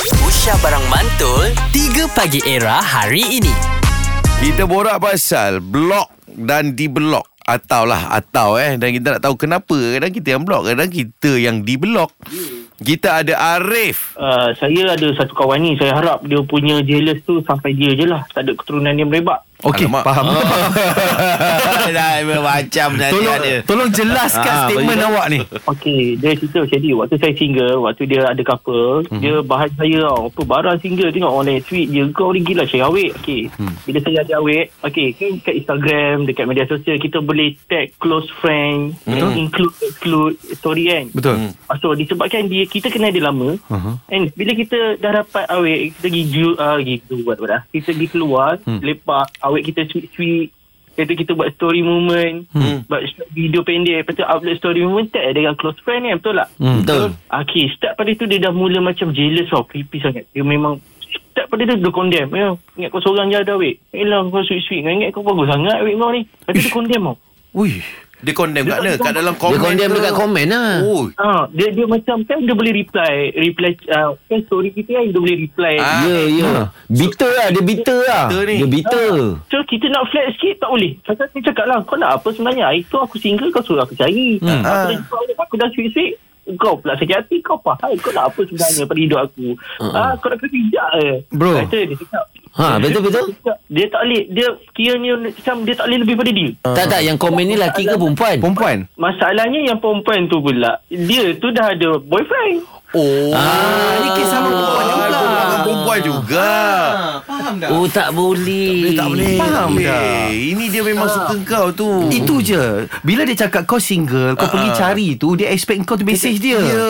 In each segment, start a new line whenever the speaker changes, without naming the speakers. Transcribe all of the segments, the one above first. Aisyah Barang Mantul 3 Pagi Era hari ini
Kita borak pasal blok dan diblok atau lah atau eh dan kita nak tahu kenapa kadang kita yang blok kadang kita yang diblok. Kita ada Arif.
Uh, saya ada satu kawan ni saya harap dia punya jealous tu sampai dia je lah tak ada keturunan dia merebak
Okey, faham.
Oh. Dah macam nanti
Tolong,
ada.
tolong jelaskan
Ah,
statement awak ni.
Okey, dia cerita macam ni. Waktu saya single, waktu dia ada couple, hmm. dia bahan saya tau. Apa barang single tengok orang lain tweet je. Kau ni gila saya awet. Okey. Hmm. Bila saya ada awet, okey, kan dekat Instagram, dekat media sosial kita boleh tag close friend, hmm. include exclude story kan.
Betul.
Hmm.
So disebabkan dia kita kenal dia lama. Uh-huh. And bila kita dah dapat awet, kita pergi ju, uh, gitu buat apa dah. Kita pergi keluar, hmm. lepak awet kita sweet-sweet. Lepas tu kita buat story moment hmm. Buat sh- video pendek Lepas tu upload story moment Tag dengan close friend kan Betul tak? Ah,
Hmm, betul.
Okay start pada tu Dia dah mula macam jealous tau Creepy sangat Dia memang Start pada tu Dia condemn ya, Ingat kau seorang je ada weh Yelah kau sweet-sweet Ingat kau bagus sangat weh kau ni Lepas tu dia condemn tau
Ui.
Dia condemn kat mana? Kat dalam komen.
Dia condemn
ke?
dekat komen lah.
Oh.
Ha, dia dia macam kan dia boleh reply reply uh, kan story kita kan dia boleh reply.
Ah.
Ah.
Ya, ya. Bitter lah. Dia bitter lah.
Bitter ni.
Dia bitter.
So kita nak flat sikit tak boleh. Pasal dia cakap lah kau nak apa sebenarnya. Hari tu aku single kau suruh aku cari. Hmm. Aku dah jumpa awak, aku dah sweet-sweet. Kau pula sakit hati kau faham kau nak apa sebenarnya pada hidup aku. Uh-uh. Ah kau nak kena bijak eh.
Bro.
Kata dia cakap.
Ha, betul, betul.
Dia tak boleh dia kiranya macam dia tak boleh lebih pada dia.
Tak, tak. Yang komen ni lelaki ke perempuan?
Perempuan.
Masalahnya yang perempuan tu pula dia tu dah ada boyfriend.
Oh.
Ah, ni kisah
Ah,
perempuan juga.
perempuan dengan Perempuan juga.
Oh, tak boleh. Tak boleh.
Faham dah.
Eh, ini dia memang suka kau tu.
Itu je. Bila dia cakap kau single, kau pergi cari tu, dia expect kau tu message dia.
Ah, Ya.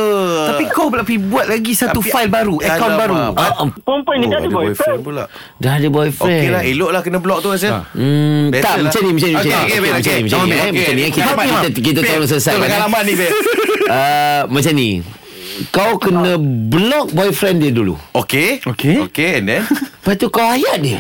Tapi kau pula pergi buat lagi satu
Tapi-
file baru, akaun
Alamak.
baru.
Ah,
Ah, ah,
Perempuan ni
Oh,
dah ada boyfriend.
pula.
dah ada boyfriend.
Okey lah, elok lah kena blok tu
Ha.
Azil.
Hmm,
Better
tak,
lah.
macam ni, macam ni, macam
Okey,
ni.
okey,
Okey,
baik,
macam
okey.
ni, macam ni,
Okey,
eh, macam ni.
okey.
Kita
Nampak,
kita
nampak.
kita
Babe,
tolong selesaikan.
Tolong
eh.
alamat ni, Beb.
Ah, Macam ni.
Ah.
Kau kena block boyfriend dia dulu.
Okey.
Okey.
Okey, and then?
Lepas tu kau ayat dia.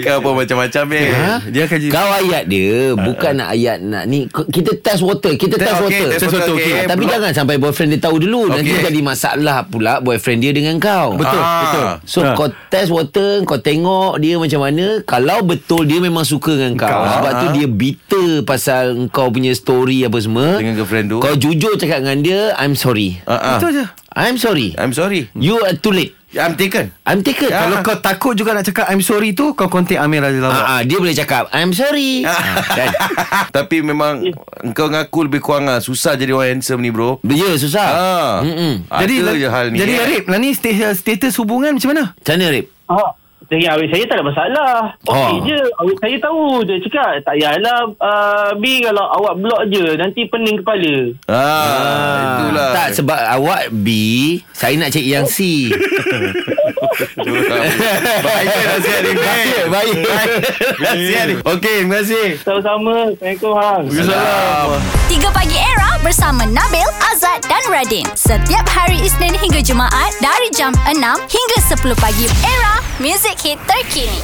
Kau apa macam-macam, Beb?
Ha?
Dia akan jadi-
Kau ayat dia Bukan nak ayat nak ni K- Kita test water Kita
Test-
test
okey,
water
test water, okey.
Ah, Tapi
Block.
jangan sampai boyfriend dia tahu dulu Nanti
Okey.
jadi masalah pula Boyfriend dia dengan kau
Betul,
Ah.
betul.
So
Ha.
ha. kau test water Kau tengok dia macam mana Kalau betul dia memang suka dengan kau,
Kau.
Sebab tu dia bitter Pasal kau punya story apa semua
Dengan girlfriend tu.
Kau jujur cakap dengan dia I'm sorry
Ah, ah.
Itu je.
I'm sorry
I'm sorry.
You are too late
I'm taken.
I'm taken
Ya.
Kalau kau takut juga nak cakap I'm sorry tu, kau contact Amir Adilawak.
Ah, ah, dia boleh cakap I'm sorry ah, kan?
Tapi memang engkau ngaku lebih kurang lah. Susah jadi orang handsome ni, bro.
Ya susah
Ah.
Mm-mm.
Jadi ada je hal ni.
Jadi
eh.
Arif, lah ni status, status hubungan macam mana?
Macam mana Rip?
Ha. Dengan awet saya tak ada masalah. Okey
Ah.
je. Awet saya tahu. Dia cakap, tak payahlah. Uh, B kalau awak blok je. Nanti pening kepala.
Ah, itulah.
Tak sebab awak B Saya nak cek yang C
Bahaya nasihat ni, Beb.
Baik
Nasihat ni. Okey, terima kasih.
Sama-sama. Assalamualaikum, Hang.
Assalamualaikum.
3 Pagi Era bersama Nabil, Azad dan Radin. Setiap hari Isnin hingga Jumaat dari jam 6 hingga 10 pagi. Era, music hit terkini.